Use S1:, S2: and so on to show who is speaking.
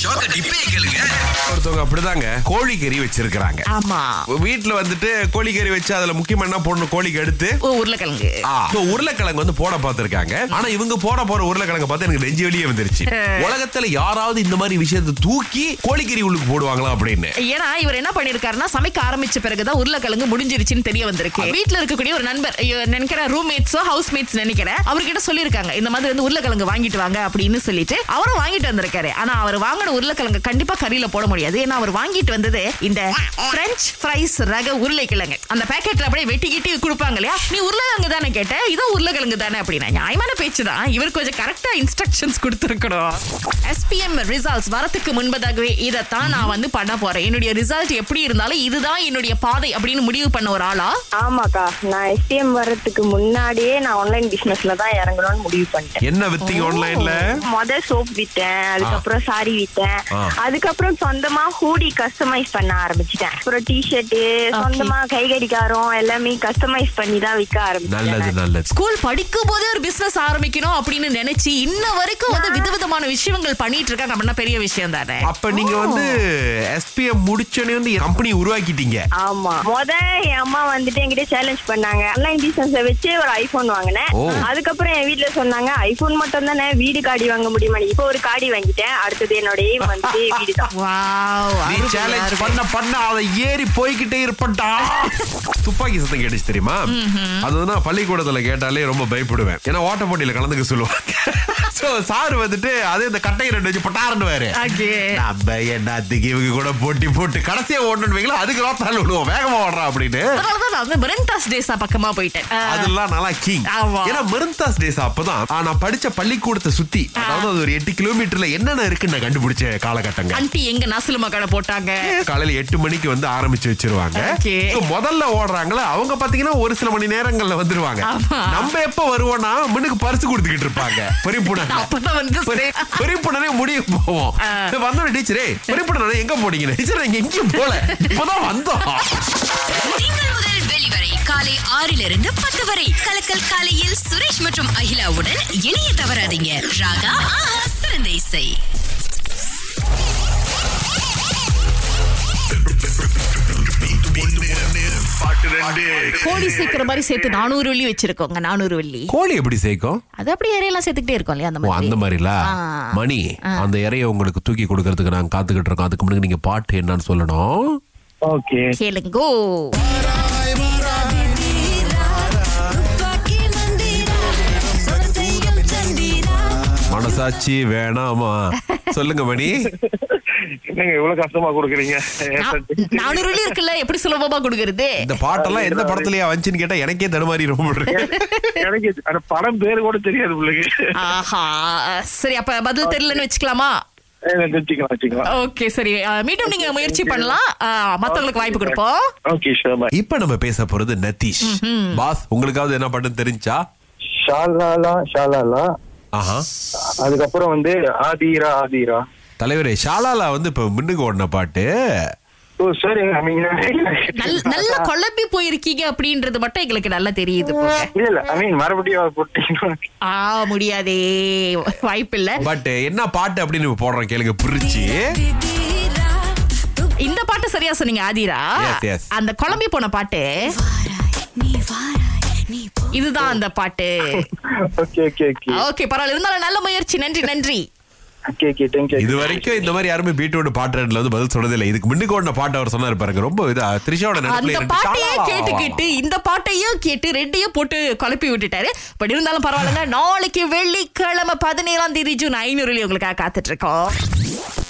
S1: ஷோக்க டிப்பே கேளுங்க
S2: ஒருத்தவங்க அப்படிதாங்க கோழிக்கறி வச்சிருக்கிறாங்க
S3: ஆமா
S2: வீட்டுல வந்துட்டு கோழிக்கறி வச்சு அதுல முக்கியமா என்ன போடணும் கோழிக்கு எடுத்து
S3: ஓ, உருளைக்கிழங்கு
S2: ஆ, இப்ப உருளைக்கிழங்கு வந்து போட பார்த்திருக்காங்க ஆனா இவங்க போட போற உருளைக்கிழங்கு பார்த்து எனக்கு நெஞ்சு வெளியே வந்துருச்சு உலகத்துல யாராவது இந்த மாதிரி விஷயத்தை தூக்கி கோழிக்கறி உள்ளுக்கு போடுவாங்களா அப்படின்னு
S3: ஏன்னா இவர் என்ன பண்ணிருக்காருன்னா சமைக்க ஆரம்பிச்ச பிறகுதான் உருளைக்கிழங்கு முடிஞ்சிருச்சுன்னு தெரிய வந்திருக்கு வீட்ல இருக்கக்கூடிய ஒரு நண்பர் ஐயோ, நினைக்கிறேன் ரூம்மேட்ஸோ ஹவுஸ் மேட்ஸ் நினைக்கிறேன் அவர்கிட்ட சொல்லியிருக்காங்க இந்த மாதிரி வந்து உருளைக்கிழங்கு வாங்கிட்டு வாங்க அப்படின்னு சொல்லிட்டு அவரும் வாங்கிட்டு வந்திருக்காரு ஆனா அவர் வாங்கின உருளைக்கிழங்கு கண்டிப்பா கறியில போட முடியாது ஏன்னா அவர் வாங்கிட்டு வந்தது இந்த பிரெஞ்ச் ஃப்ரைஸ் ரக உருளைக்கிழங்கு அந்த பேக்கெட்ல அப்படியே வெட்டிக்கிட்டு கொடுப்பாங்க இல்லையா நீ உருளைக்கிழங்கு தானே கேட்ட இதோ உருளைக்கிழங்கு தானே அப்படின்னா நியாயமான பேச்சு தான் இவர் கொஞ்சம் கரெக்டா இன்ஸ்ட்ரக்ஷன்ஸ் கொடுத்துருக்கணும் எஸ்பிஎம் ரிசல்ட்ஸ் வரத்துக்கு முன்பதாகவே இதைத்தான் நான் வந்து பண்ண போறேன் என்னுடைய ரிசல்ட் எப்படி இருந்தாலும் இதுதான் என்னுடைய பாதை அப்படின்னு முடிவு பண்ண ஒரு ஆளா
S4: ஆமாக்கா நான் எஸ்டிஎம் வர்றதுக்கு முன்னாடியே நான் ஆன்லைன் பிசினஸ்ல தான் இறங்கணும்னு முடிவு பண்ணிட்டேன்
S2: என்ன வித்தீங்க ஆன்லைன்ல
S4: மொத சோப் வித்தேன் அதுக்கப்புறம் சாரி வித்தேன்
S2: ஆ.
S4: அதுக்கப்புறம் சொந்தமா ஹூடி கஸ்டமைஸ் பண்ண ஆரம்பிச்சிட்டேன் அப்புறம் டிஷர்ட் சொந்தமா கைகடிகாரம் எல்லாமே கஸ்டமைஸ் பண்ணி தான் விற்க
S2: நல்லது
S4: ஆரம்பிச்சேன் நான்.
S2: நல்லது
S3: ஸ்கூல் படிக்கும் போதே ஒரு பிசினஸ் ஆரம்பிக்கணும் அப்படின்னு நினைச்சு இன்ன வரைக்கும் வந்து விதவிதமான விஷயங்கள் பண்ணிட்டு இருக்காங்க அப்படின்னா பெரிய விஷயம் தானே
S2: அப்ப நீங்க வந்து எஸ்பிஎம் முடிச்சோடனே வந்து கம்பெனி உருவாக்கிட்டீங்க
S4: ஆமா மொத என் அம்மா வந்துட்டு என்கிட்ட சேலஞ்ச் பண்ணாங்க ஆன்லைன் பிசினஸ் வச்சு ஒரு ஐபோன் வாங்கினேன்
S2: ஓ.
S4: அதுக்கப்புறம் என் வீட்ல சொன்னாங்க ஐபோன் மட்டும் தானே வீடு காடி வாங்க முடியுமா இப்போ ஒரு காடி வாங்கிட்டேன் அடுத்தது என்னோட aim வந்து வீடு தான்
S3: Wow,
S2: நீ
S3: அருமை,
S2: சேலஞ்ச்
S3: அருமை.
S2: பண்ண பண்ண அதை ஏறி போய்கிட்டே இருப்பட்டா துப்பாக்கி சத்தம் கேட்டுச்சு தெரியுமா அது வந்து நான் பள்ளிக்கூடத்துல கேட்டாலே ரொம்ப பயப்படுவேன் ஏன்னா ஓட்ட போட்டியில கலந்துக்க சொல்லுவாங்க சோ சார் வந்துட்டு அது இந்த கட்டையை ரெண்டு வச்சு பட்டாரண்டு வேறு
S3: Okay.
S2: நம்ம என்னத்துக்கு இவங்க கூட போட்டி போட்டு கடைசியா ஓடணும் வைங்களா அதுக்கு ரோத்தால் விடுவோம் வேகமா ஓடுறான் அப்படின்னு
S3: அதனாலதான் நான் வந்து பிரெண்டாஸ் டேஸா பக்கமா போயிட்டேன் ஆ.
S2: அதெல்லாம் நல்லா கிங்
S3: ஆமா.
S2: ஏன்னா மெருந்தாஸ் டேஸ் அப்பதான் ஆ, நான் படிச்ச பள்ளிக்கூடத்தை சுத்தி அதாவது அது ஒரு எட்டு கிலோமீட்டர்ல என்னென்ன இருக்குன்னு நான் கண்டுபிடிச்ச காலகட்டங்க
S3: ஆண்டி எங்க நசுலுமா கடை போட்டாங்க
S2: காலையில எட்டு மணிக்கு வந்து ஆரம்பிச்சு வச்சிருவாங்க
S3: Okay.
S2: So, முதல்ல ஓடுறாங்களா அவங்க பாத்தீங்கன்னா ஒரு சில மணி நேரங்கள்ல வந்துருவாங்க
S3: ஆமா.
S2: நம்ம எப்ப வருவோம்னா முன்னுக்கு பரிசு கொடுத்துக்கிட்டு இருப்பாங்க பொறிப்புடனே
S3: அப்பதான் வந்து
S2: பொறிப்புடனே முடிய போவோம்
S3: ஆ.
S2: வந்தோட டீச்சரே பொறிப்புடனே எங்க போனீங்க டீச்சர் எங்க எங்கேயும் போல இப்பதான் வந்தோம்
S5: திங்கள் முதல் வெளிவரை காலை ஆறிலிருந்து பத்து வரை கலக்கல் காலையில் சுரேஷ் மற்றும் அகிலாவுடன் இணைய தவறாதீங்க ராகா ஆஹா சிறந்த இசை
S3: கோழி சேர்க்கிற மாதிரி சேர்த்து நானூறு வெள்ளி வச்சிருக்கோங்க நானூறு வெள்ளி
S2: கோழி எப்படி சேர்க்கும்
S3: அது அப்படியே இறையெல்லாம் சேர்த்துக்கிட்டே இருக்கும் இல்லையா அந்த
S2: ஓ அந்த
S3: மாதிரி
S2: மாதிரில
S3: ஆ.
S2: மணி அந்த இறைய உங்களுக்கு தூக்கி கொடுக்கறதுக்கு நாங்க காத்துக்கிட்டு இருக்கோம் அதுக்கு முன்னாடி நீங்க பாட்டு என்னன்னு சொல்லணும்
S6: ஓகே
S3: கேளுங்கோ
S2: மனசாட்சி வேணாமா சொல்லுங்க மணி
S6: என்னங்க இவ்வளவு கஷ்டமா கொடுக்குறீங்க
S3: நா- நானூறு வெள்ளி இருக்குல்ல எப்படி சுலபமா கொடுக்கறது
S2: இந்த பாட்டெல்லாம் எந்த படத்துலயா வந்துச்சுன்னு கேட்டா எனக்கே தடுமாறி ரொம்ப
S6: எனக்கு அந்த படம் பேரு கூட தெரியாது பிள்ளைங்க
S3: ஆஹா சரி அப்ப பதில் தெரியலன்னு வச்சுக்கலாமா
S6: எனக்கு வச்சுக்கலாம் வச்சுக்கலாம்
S3: ஓகே சரி அஹ், மீண்டும் நீங்க முயற்சி பண்ணலாம் அஹ், மத்தவங்களுக்கு வாய்ப்பு கொடுப்போம்
S6: ஓகே ஷோபா
S2: இப்ப நம்ம பேச போறது நதீஷ் பாஸ் உங்களுக்காவது என்ன பாட்டுன்னு தெரிஞ்சா
S6: ஷாலாலா ஷாலாலா
S2: ஆஹா
S6: அதுக்கப்புறம் வந்து ஆதிரா ஆதிரா
S2: தலைவரே ஷாலாலா வந்து இப்ப முன்னுக்கு ஓடின பாட்டு
S6: ஓ சரிங்க நீங்க
S3: நல்- நல்ல குழம்பி போயிருக்கீங்க அப்படின்றது மட்டும் எங்களுக்கு நல்லா தெரியுது போங்க
S6: இல்ல இல்ல ஐ மீன் மறுபடியும் போட்டீங்கன்னா
S3: ஆ முடியாதே வாய்ப்பு இல்ல
S2: பட் என்ன பாட்டு அப்படின்னு இப்ப போடுறோம் கேளுங்க புரிச்சு
S3: இந்த பாட்டு சரியா சொன்னீங்க ஆதிரா
S2: Yes, yes.
S3: அந்த குழம்பி போன பாட்டு இதுதான் அந்த பாட்டு
S6: ஓகே ஓகே ஓகே
S3: ஓகே பரவாயில்ல இருந்தாலும் நல்ல முயற்சி நன்றி நன்றி
S6: ஓகே ஓகே தேங்க்யூ
S2: இது வரைக்கும் இந்த மாதிரி யாருமே பீட்டோட பாட்டு ரெண்டுல வந்து பதில் சொன்னது இல்ல இதுக்கு முன்னுக்கு ஓடின பாட்டு அவர் சொன்னாரு பாருங்க ரொம்ப இதா த்ரிஷாவோட
S3: அந்த
S2: நினைப்புல
S3: பாட்டையே கேட்டுக்கிட்டு இந்த பாட்டையும் கேட்டு ரெண்டையும் போட்டு குழப்பி விட்டுட்டாரு பட் இருந்தாலும் பரவாயில்லங்க நாளைக்கு வெள்ளிக்கிழமை பதினேழாம் தேதி ஜூன் ஐநூறுலயும் உங்களுக்காக காத்துட்டு இருக்கோம்